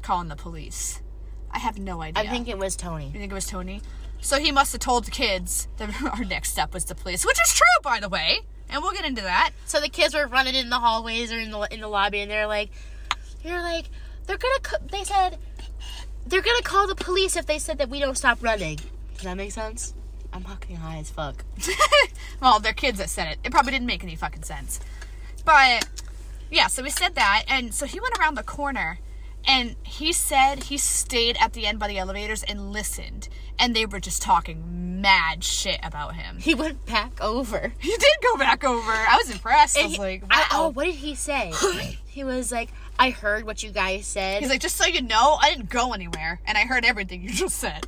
Speaker 2: calling the police. I have no idea.
Speaker 1: I think it was Tony.
Speaker 2: You think it was Tony? So he must have told the kids that our next step was the police, which is true, by the way. And we'll get into that.
Speaker 1: So the kids were running in the hallways or in the in the lobby, and they're like, they're like, they're gonna. c they said they're gonna call the police if they said that we don't stop running. Does that make sense? I'm fucking high as fuck.
Speaker 2: well, they're kids that said it. It probably didn't make any fucking sense. But yeah, so we said that, and so he went around the corner, and he said he stayed at the end by the elevators and listened, and they were just talking mad shit about him.
Speaker 1: He went back over.
Speaker 2: He did go back over. I was impressed. I
Speaker 1: And
Speaker 2: was
Speaker 1: he-
Speaker 2: like,
Speaker 1: I-
Speaker 2: wow.
Speaker 1: oh, what did he say? he was like, I heard what you guys said,
Speaker 2: He's like, just so you know, I didn't go anywhere, and I heard everything you just said.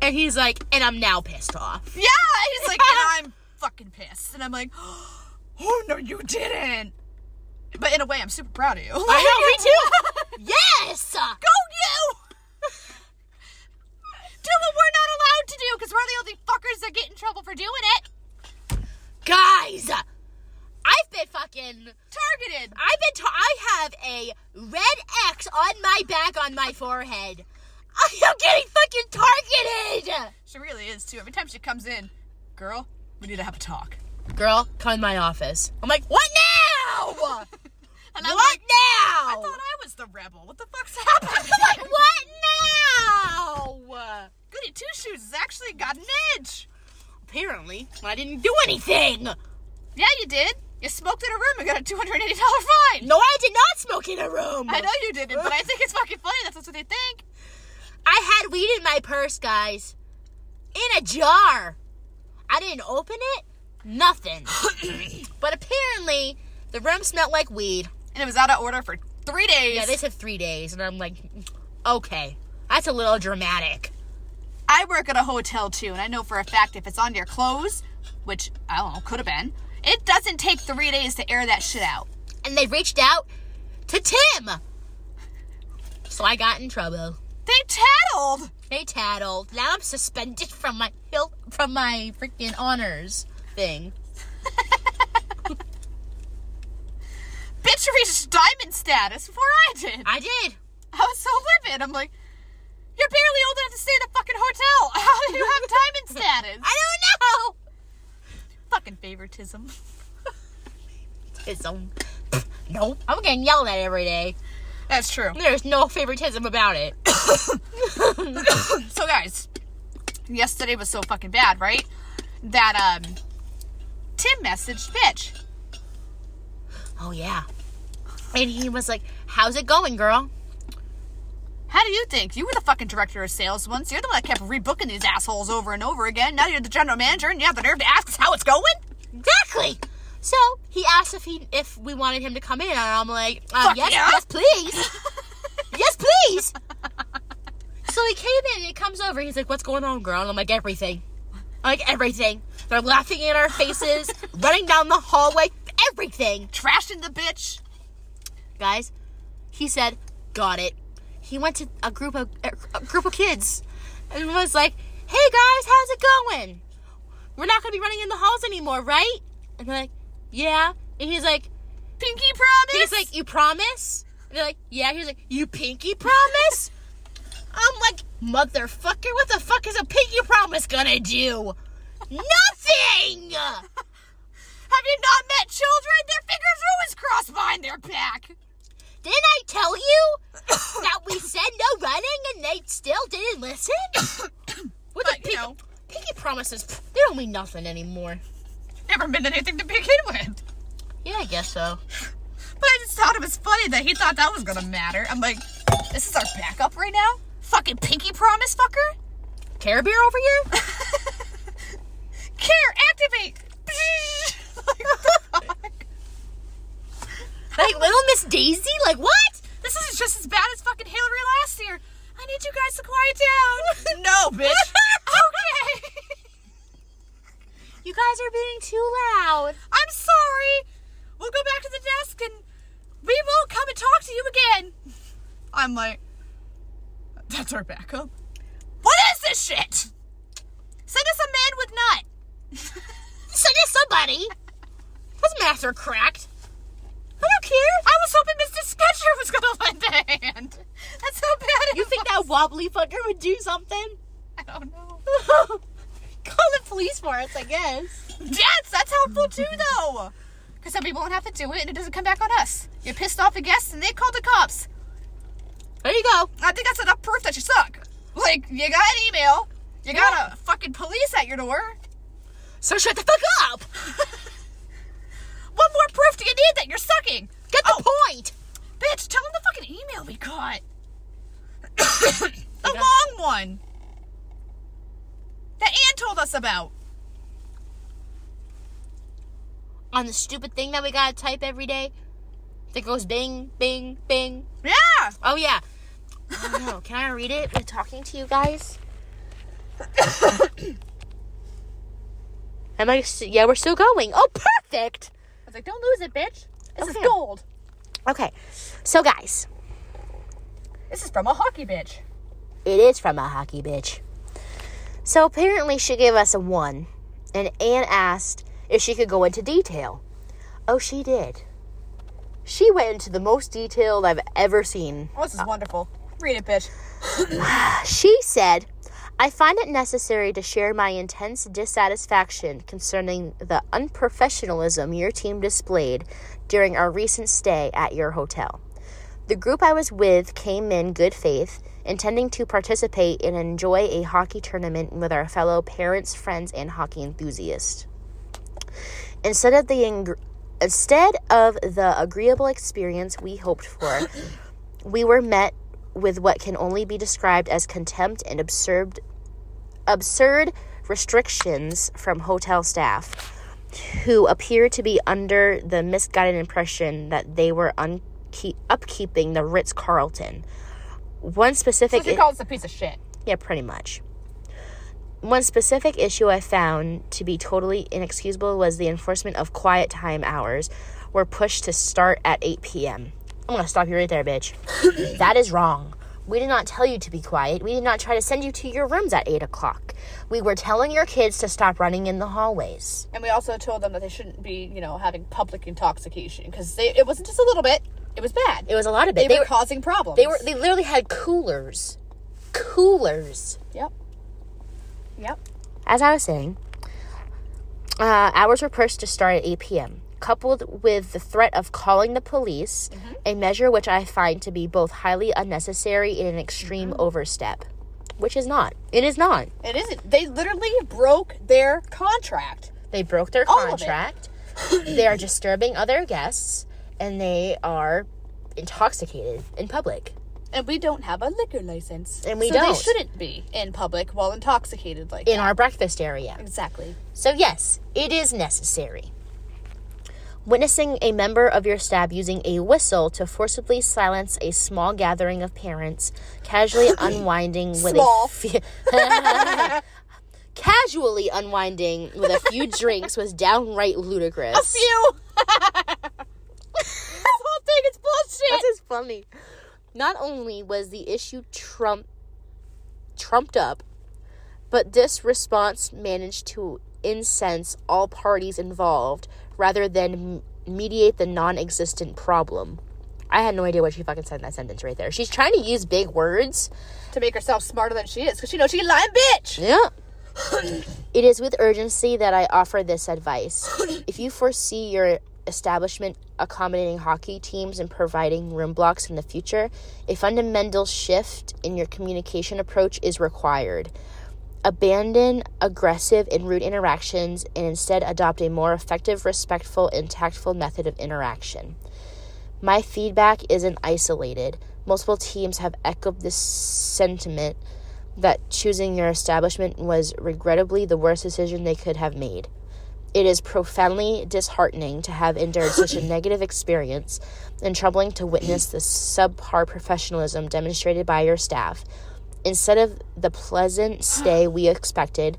Speaker 1: and he's like, and I'm now pissed off.
Speaker 2: Yeah, and he's like, and I'm fucking pissed, and I'm like, oh no, you didn't. But in a way, I'm super proud of you.
Speaker 1: I know, me too. yes.
Speaker 2: Go you! do what we're not allowed to do because we're the only fuckers that get in trouble for doing it.
Speaker 1: guys i've been fucking
Speaker 2: Targeted.
Speaker 1: i've been ta- i have a red x on my back on my forehead i am getting fucking targeted
Speaker 2: She really is too. Every time she comes in, girl, we need to have a talk.
Speaker 1: girl come in my office i'm like what now
Speaker 2: And I'm
Speaker 1: what
Speaker 2: like, I
Speaker 1: now
Speaker 2: thought I was the rebel. What the fuck's happening?
Speaker 1: like what now
Speaker 2: Goody Two Shoes has actually got an edge.
Speaker 1: apparently i didn't do anything
Speaker 2: Yeah, you did. You smoked in a room and got a two hundred eighty dollar fine.
Speaker 1: no i did not smoke in a room
Speaker 2: I know you didn't, but I think it's fucking funny. That's what they think.
Speaker 1: I had weed in my purse guys in a jar i didn't open it nothing But apparently, the room smelled like weed.
Speaker 2: And it was out of order for three days.
Speaker 1: Yeah, they said three days, and I'm like, okay, that's a little dramatic.
Speaker 2: I work at a hotel too, and I know for a fact if it's on your clothes, which I don't know, could have been, it doesn't take three days to air that shit out.
Speaker 1: And they reached out to Tim. So I got in trouble.
Speaker 2: They tattled.
Speaker 1: They tattled. Now I'm suspended from my hill from my freaking honors thing.
Speaker 2: Bitch reached diamond status before I did.
Speaker 1: I did.
Speaker 2: I was so livid. I'm like, you're barely old enough to stay in a fucking hotel. How do you have diamond status?
Speaker 1: I don't know.
Speaker 2: fucking favoritism.
Speaker 1: It's um, nope. I'm getting yelled at every day.
Speaker 2: That's true.
Speaker 1: There's no favoritism about it.
Speaker 2: So guys, yesterday was so fucking bad, right? That um, Tim messaged bitch.
Speaker 1: Oh yeah. And he was like, "How's it going, girl?"
Speaker 2: How do you think? You were the fucking director of sales once. You're the one that kept rebooking these assholes over and over again. Now you're the general manager and you have the nerve to ask us how it's going?
Speaker 1: Exactly. So he asked if he if we wanted him to come in, and I'm like, uh,
Speaker 2: Fuck
Speaker 1: yes,
Speaker 2: yeah.
Speaker 1: yes, please, yes, please. So he came in and he comes over. He's like, "What's going on, girl?" And I'm like, "Everything, I'm like everything." They're laughing in our faces, running down the hallway, everything,
Speaker 2: Trashing the bitch.
Speaker 1: guys. He said, "Got it." He went to a group of a group of kids and was like, "Hey guys, how's it going? We're not gonna be running in the halls anymore, right?" And they're like, "Yeah." And he's like.
Speaker 2: Pinky promise.
Speaker 1: He's like, you promise? And they're like, yeah. He's like, you pinky promise? I'm like, motherfucker, what the fuck is a pinky promise gonna do? Nothing!
Speaker 2: Have you not met children? Their fingers are always crossed behind their back.
Speaker 1: Didn't I tell you that we said no running and they still didn't listen? What
Speaker 2: But, you
Speaker 1: pinky,
Speaker 2: know.
Speaker 1: pinky promises, pff, they don't mean nothing anymore.
Speaker 2: Never meant anything to begin with.
Speaker 1: Yeah, I guess so.
Speaker 2: But I just thought it was funny that he thought that was gonna matter. I'm like, this is our backup right now? Fucking pinky promise, fucker?
Speaker 1: Care Bear over here?
Speaker 2: Care, activate! like, what the fuck?
Speaker 1: Like Little Miss Daisy? Like what?
Speaker 2: This is just as bad as fucking Hillary last year. I need you guys to quiet down. no, bitch. okay.
Speaker 1: You guys are being too loud.
Speaker 2: I'm sorry. We'll go back to the desk and we won't come and talk to you again. I'm like, that's our backup. What is this shit? Send us a man with nut.
Speaker 1: Send us somebody. Those mats are cracked.
Speaker 2: I don't care. I was hoping Mr. Sketcher was gonna lend a hand. That's how bad it
Speaker 1: You think that wobbly fucker would do something?
Speaker 2: I don't know.
Speaker 1: Call the police for us, I guess.
Speaker 2: Yes, that's helpful too, though. Because then we won't have to do it and it doesn't come back on us. You're pissed off at guests and they called the cops.
Speaker 1: There you go.
Speaker 2: I think that's enough proof that you suck. Like, you got an email, you got a fucking police at your door.
Speaker 1: So shut the fuck up.
Speaker 2: What more proof do you need that you're sucking?
Speaker 1: Get the point.
Speaker 2: Bitch, tell them the fucking email we got. the long one. That Ann told us about.
Speaker 1: On the stupid thing that we gotta type every day that goes bing, bing, bing.
Speaker 2: Yeah.
Speaker 1: Oh yeah. I don't know. Can I read it? We're talking to you guys. Am I? s- Yeah, we're still going. Oh, perfect.
Speaker 2: I was like, don't lose it, bitch. This
Speaker 1: Okay.
Speaker 2: is gold.
Speaker 1: Okay. So guys,
Speaker 2: This is from a hockey bitch.
Speaker 1: It is from a hockey bitch. So apparently she gave us a one, and Anne asked if she could go into detail. Oh, she did. She went into the most detail I've ever seen.
Speaker 2: Oh, this is wonderful. Read it, bitch.
Speaker 1: She said, I find it necessary to share my intense dissatisfaction concerning the unprofessionalism your team displayed during our recent stay at your hotel. The group I was with came in good faith, intending to participate and enjoy a hockey tournament with our fellow parents, friends, and hockey enthusiasts. Instead of the ing- instead of the agreeable experience we hoped for, we were met with what can only be described as contempt and absurd absurd restrictions from hotel staff who appear to be under the misguided impression that they were unke- upkeeping the Ritz Carlton. One specific
Speaker 2: She calls us a piece of shit.
Speaker 1: yeah, pretty much. One specific issue I found to be totally inexcusable was the enforcement of quiet time hours were pushed to start at 8 p.m. I'm gonna stop you right there, bitch. that is wrong. We did not tell you to be quiet. We did not try to send you to your rooms at 8 o'clock. We were telling your kids to stop running in the hallways.
Speaker 2: And we also told them that they shouldn't be, you know, having public intoxication because it wasn't just a little bit; it was bad.
Speaker 1: It was a lot of it.
Speaker 2: they, were, causing problems.
Speaker 1: they were they literally had coolers. Coolers.
Speaker 2: Yep. Yep.
Speaker 1: as I was saying, uh, hours were pushed to start at 8 p.m., coupled with the threat of calling the police,
Speaker 2: Mm-hmm.
Speaker 1: a measure which I find to be both highly unnecessary and an extreme
Speaker 2: Mm-hmm.
Speaker 1: overstep. Which is not. It is not.
Speaker 2: It isn't. They literally broke their contract.
Speaker 1: They broke their
Speaker 2: All of it.
Speaker 1: contract, they are disturbing other guests, and they are intoxicated in public.
Speaker 2: And we don't have a liquor license.
Speaker 1: And we
Speaker 2: so
Speaker 1: don't.
Speaker 2: They shouldn't be in public while intoxicated like
Speaker 1: In our breakfast area.
Speaker 2: Exactly.
Speaker 1: So, yes, it is necessary. Witnessing a member of your staff using a whistle to forcibly silence a small gathering of parents, casually unwinding with
Speaker 2: Small.
Speaker 1: a few, casually unwinding with a few drinks was downright ludicrous.
Speaker 2: Phew! this whole thing is bullshit.
Speaker 1: This is funny. Not only was the issue trump trumped up, but this response managed to incense all parties involved rather than m- mediate the non-existent problem. I had no idea what she fucking said in that sentence right there. She's trying to use big words.
Speaker 2: to make herself smarter than she is because she knows she's a lying bitch.
Speaker 1: Yeah. it is with urgency that I offer this advice. If you foresee your establishment accommodating hockey teams and providing room blocks in the future, a fundamental shift in your communication approach is required. Abandon aggressive and rude interactions and instead adopt a more effective, respectful, and tactful method of interaction. My feedback isn't isolated. Multiple teams have echoed this sentiment that choosing your establishment was regrettably the worst decision they could have made. It is profoundly disheartening to have endured such a negative experience and troubling to witness the subpar professionalism demonstrated by your staff. Instead of the pleasant stay we expected,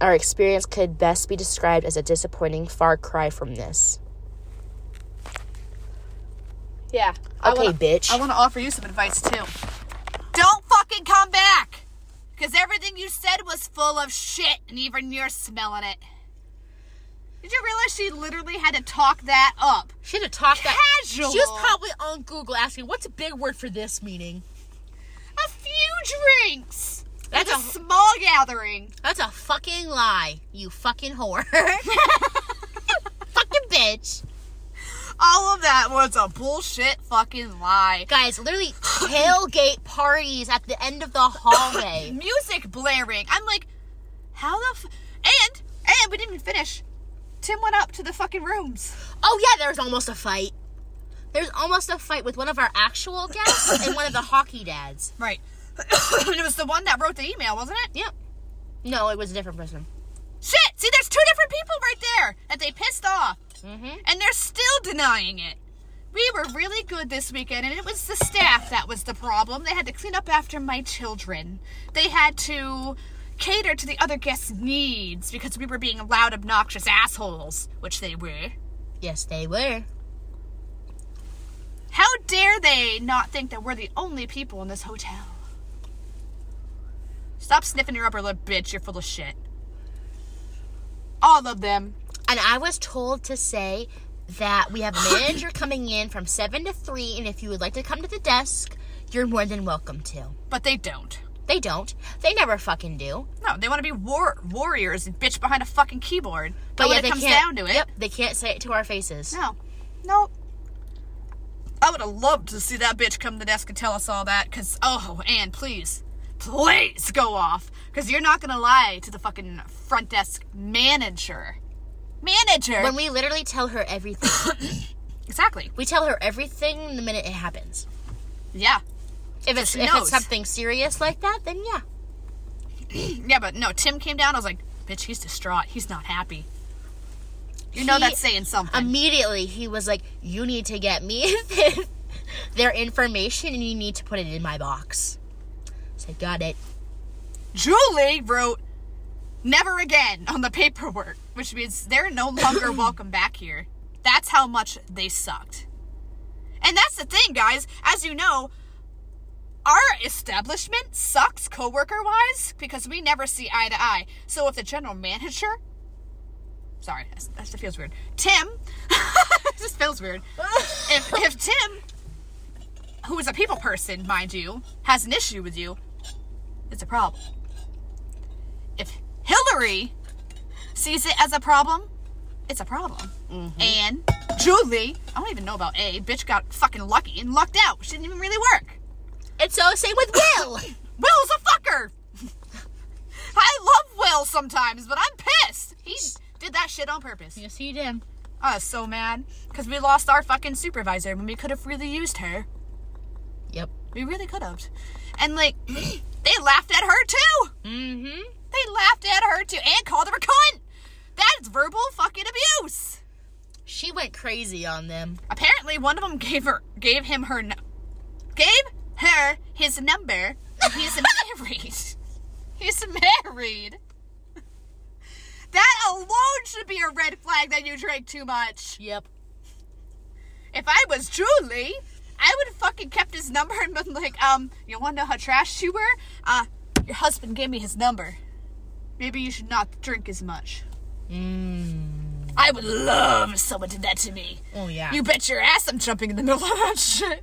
Speaker 1: our experience could best be described as a disappointing far cry from this.
Speaker 2: Yeah.
Speaker 1: Okay, bitch.
Speaker 2: I want to offer you some advice too. Don't fucking come back! Because everything you said was full of shit and even you're smelling it. Did you realize she literally had to talk that up?
Speaker 1: She had to talk that.
Speaker 2: Casual.
Speaker 1: She was probably on Google asking, "What's a big word for this meeting?"
Speaker 2: A few drinks! That's
Speaker 1: That's
Speaker 2: a
Speaker 1: a-
Speaker 2: small gathering.
Speaker 1: That's a fucking lie, you fucking whore. fucking bitch.
Speaker 2: All of that was a bullshit fucking lie.
Speaker 1: Guys, literally tailgate parties at the end of the hallway.
Speaker 2: music blaring. I'm like, how the f- and and we didn't even finish. Tim went up to the fucking rooms.
Speaker 1: oh yeah, there was almost a fight. There's almost a fight with one of our actual guests and one of the hockey dads.
Speaker 2: Right. and it was the one that wrote the email, wasn't it?
Speaker 1: Yep. No, it was a different person.
Speaker 2: Shit! See, there's two different people right there that they pissed off,
Speaker 1: Mm-hmm.
Speaker 2: and they're still denying it. We were really good this weekend, and it was the staff that was the problem. They had to clean up after my children. They had to cater to the other guests' needs because we were being loud, obnoxious assholes, which they were.
Speaker 1: Yes, they were.
Speaker 2: How dare they not think that we're the only people in this hotel? Stop sniffing your upper lip, bitch. You're full of shit. All of them.
Speaker 1: And I was told to say that we have a manager coming in from 7 to 3, and if you would like to come to the desk, you're more than welcome to.
Speaker 2: But they don't.
Speaker 1: They don't. They never fucking do.
Speaker 2: No, they want to be war- warriors and bitch behind a fucking keyboard.
Speaker 1: But
Speaker 2: But when
Speaker 1: yeah,
Speaker 2: it
Speaker 1: they
Speaker 2: comes down
Speaker 1: can't.
Speaker 2: to it,
Speaker 1: Yep, they can't say it to our faces.
Speaker 2: no. Nope. I would have loved to see that bitch come to the desk and tell us all that, because, oh, and please, please go off, because you're not going to lie to the fucking front desk manager. Manager!
Speaker 1: When we literally tell her everything,
Speaker 2: exactly.
Speaker 1: we tell her everything the minute it happens.
Speaker 2: Yeah.
Speaker 1: If it's
Speaker 2: she
Speaker 1: if
Speaker 2: knows.
Speaker 1: it's something serious like that, then yeah.
Speaker 2: Yeah, but no, Tim came down. I was like, bitch, he's distraught. He's not happy. You know
Speaker 1: He-
Speaker 2: that's saying something.
Speaker 1: Immediately he was like, "You need to get me their information, and you need to put it in my box." So got it.
Speaker 2: Julie wrote, never again on the paperwork, which means they're no longer welcome back here. That's how much they sucked. And that's the thing, guys. As you know, our establishment sucks coworker wise because we never see eye to eye. So if the general manager, sorry, that's- that just feels weird. Tim, it just feels weird. if, if Tim, who is a people person, mind you, has an issue with you, it's a problem. If Hillary sees it as a problem, it's a problem. And Julie, I don't even know about A, bitch got fucking lucky and lucked out. She didn't even really work.
Speaker 1: And so same with Will.
Speaker 2: Will's a fucker. I love Will sometimes, but I'm pissed. He did that shit on purpose.
Speaker 1: yes, he did.
Speaker 2: I was so mad because we lost our fucking supervisor when we could have really used her.
Speaker 1: Yep.
Speaker 2: We really could have. And like, they laughed at her too.
Speaker 1: Mm-hmm.
Speaker 2: They laughed at her too and called her a cunt. That is verbal fucking abuse.
Speaker 1: She went crazy on them.
Speaker 2: Apparently, one of them gave her gave him her nu- gave her his number. And he's married. He's married. That alone should be a red flag that you drank too much.
Speaker 1: Yep.
Speaker 2: If I was Julie, I would have fucking kept his number and been like, um, you wanna know how trash you were? Uh, your husband gave me his number. Maybe you should not drink as much.
Speaker 1: Mm.
Speaker 2: I would love if someone did that to me.
Speaker 1: Oh, yeah.
Speaker 2: You bet your ass I'm jumping in the middle of that shit.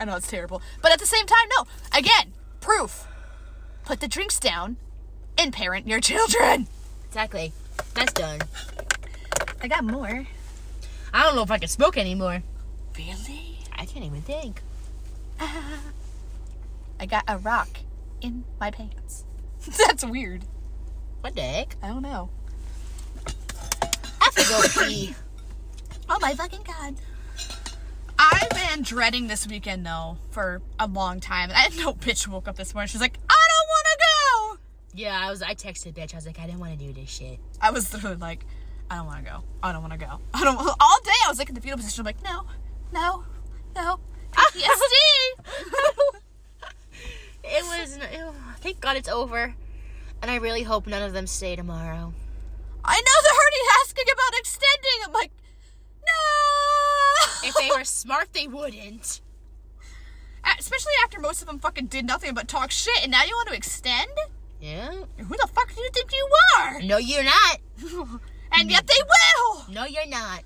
Speaker 2: I know it's terrible. But at the same time, no. Again, proof. Put the drinks down and parent your children.
Speaker 1: Exactly. That's done.
Speaker 2: I got more.
Speaker 1: I don't know if I can smoke anymore.
Speaker 2: Really?
Speaker 1: I can't even think.
Speaker 2: I got a rock in my pants. That's weird.
Speaker 1: What the heck?
Speaker 2: I don't know.
Speaker 1: I have to go pee.
Speaker 2: Oh my fucking god. I've been dreading this weekend though for a long time. I know bitch woke up this morning. She's like, I don't wanna
Speaker 1: Yeah, I was. I texted bitch. I was like, I didn't want to do this shit.
Speaker 2: go. I was literally like, I don't wanna go. I don't wanna go. I don't all day I was like in the fetal position. I'm like, no, no, no. PTSD.
Speaker 1: It was. ew, thank God it's over. And I really hope none of them stay tomorrow.
Speaker 2: I know they're already asking about extending. I'm like, no.
Speaker 1: If they were smart, they wouldn't.
Speaker 2: Especially after most of them fucking did nothing but talk shit, and now you want to extend?
Speaker 1: Yeah.
Speaker 2: Who the fuck do you think you are?
Speaker 1: No, you're not.
Speaker 2: And yet they will.
Speaker 1: No, you're not.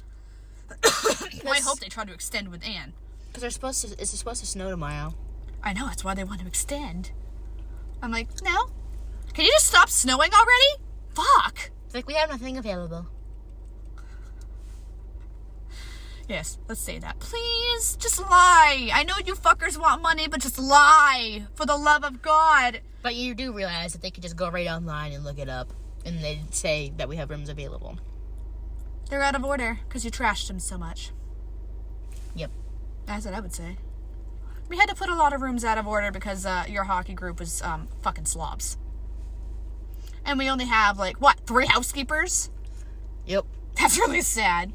Speaker 2: Well, I hope they try to extend with Anne.
Speaker 1: Because they're supposed to. It's supposed to snow tomorrow.
Speaker 2: I know that's why they want to extend. I'm like, no. Can you just stop snowing already? Fuck.
Speaker 1: It's like we have nothing available.
Speaker 2: Yes, let's say that. Please, just lie. I know you fuckers want money, but just lie. For the love of God.
Speaker 1: But you do realize that they could just go right online and look it up, and they'd say that we have rooms available.
Speaker 2: They're out of order because you trashed them so much.
Speaker 1: Yep.
Speaker 2: That's what I would say. We had to put a lot of rooms out of order because uh, your hockey group was um, fucking slobs. And we only have like what three housekeepers?
Speaker 1: Yep.
Speaker 2: That's really sad.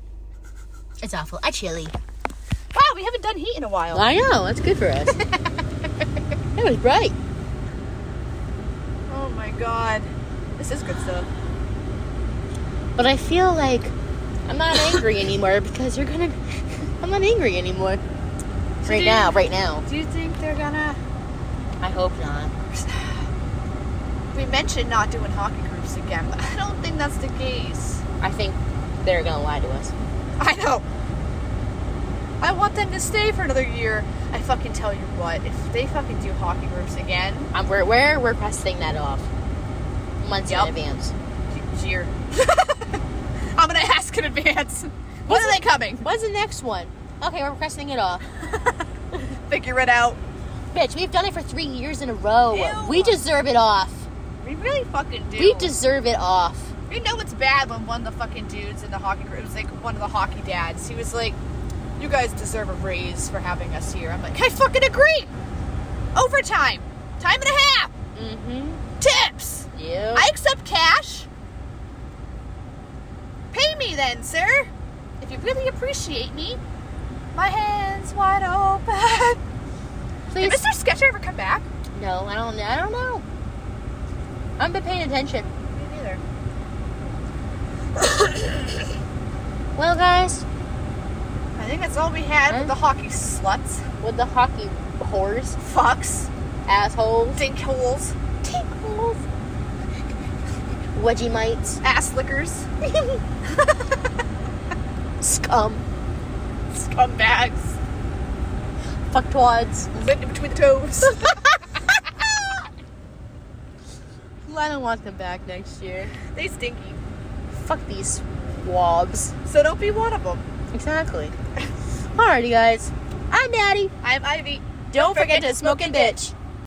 Speaker 1: It's awful. I chilly.
Speaker 2: Wow, we haven't done heat in a while.
Speaker 1: I know. That's good for us. it was bright.
Speaker 2: Oh my god, this is good stuff.
Speaker 1: But I feel like I'm not angry anymore because you're gonna. I'm not angry anymore. Right
Speaker 2: do-
Speaker 1: now, right now.
Speaker 2: Do you think they're gonna?
Speaker 1: I hope not.
Speaker 2: We mentioned not doing hockey groups again, but I don't think that's the case.
Speaker 1: I think they're gonna lie to us.
Speaker 2: I know. I want them to stay for another year. I fucking tell you what, if they fucking do hockey groups again,
Speaker 1: Um, we're, we're requesting that off months in
Speaker 2: Yep.
Speaker 1: advance.
Speaker 2: y- year. I'm gonna ask in advance. When are they coming?
Speaker 1: When's the next one? Okay, we're requesting it off.
Speaker 2: Figure it out.
Speaker 1: Bitch, we've done it for three years in a row.
Speaker 2: Ew.
Speaker 1: We deserve it off.
Speaker 2: We really fucking do.
Speaker 1: We deserve it off.
Speaker 2: You know it's bad when one of the fucking dudes in the hockey group it was like one of the hockey dads. He was like, "You guys deserve a raise for having us here." I'm like, "I fucking agree." Overtime, time and a half,
Speaker 1: Mm-hmm.
Speaker 2: tips.
Speaker 1: Yeah.
Speaker 2: I accept cash. Pay me then, sir. If you really appreciate me. My hands wide open. Did
Speaker 1: Please.
Speaker 2: Mr. Sketcher ever come back?
Speaker 1: No, I don't. I don't know. I've been paying attention.
Speaker 2: Me neither.
Speaker 1: Well, guys,
Speaker 2: I think that's all we had with the hockey sluts,
Speaker 1: with the hockey whores,
Speaker 2: fucks,
Speaker 1: assholes,
Speaker 2: dinkholes,
Speaker 1: tinkles, wedgie mites,
Speaker 2: ass lickers,
Speaker 1: scum,
Speaker 2: scumbags,
Speaker 1: fuckwads.
Speaker 2: living between the toes.
Speaker 1: I don't want them back next year.
Speaker 2: they stinky.
Speaker 1: Fuck these swabs.
Speaker 2: So don't be one of them.
Speaker 1: Exactly. Alrighty, guys. I'm Maddie.
Speaker 2: I'm Ivy.
Speaker 1: Don't forget to smoke and bitch.